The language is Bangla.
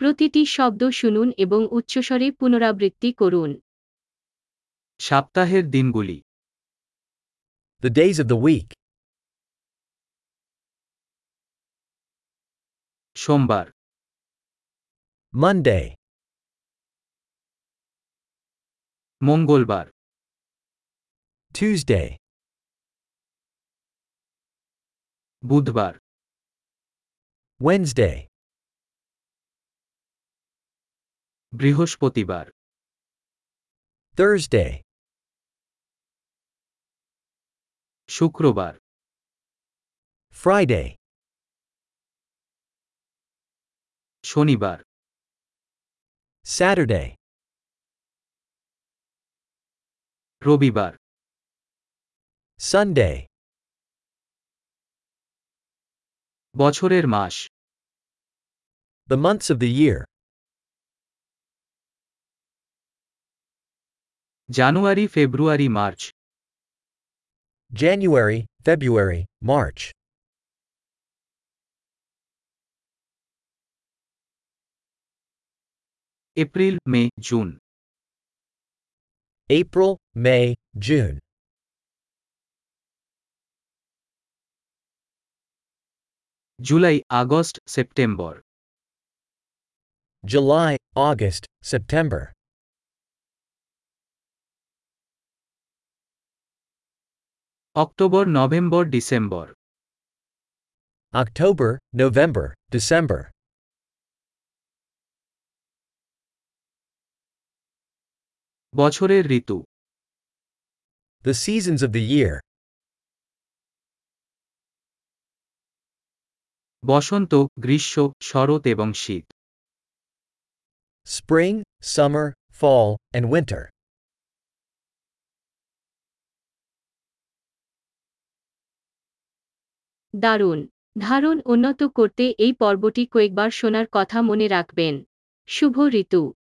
প্রতিটি শব্দ শুনুন এবং উচ্চস্বরে পুনরাবৃত্তি করুন সপ্তাহের দিনগুলি The days of the week সোমবার Monday, মঙ্গলবার Tuesday, বুধবার Wednesday, বৃহস্পতিবার Thursday, শুক্রবার Friday, শনিবার Saturday, রবিবার Sunday, বছরের মাস the months of the year January February March January, February, March, April May June April, May, June, July August September July, August, September, October November December October, November, December, বছরের ঋতু the seasons of the year বসন্ত গ্রীষ্ম শরৎ এবং শীত spring, summer, fall, and winter, দারুণ ধারণ উন্নত করতে এই পর্বটি কয়েকবার শোনার কথা মনে রাখবেন শুভ ঋতু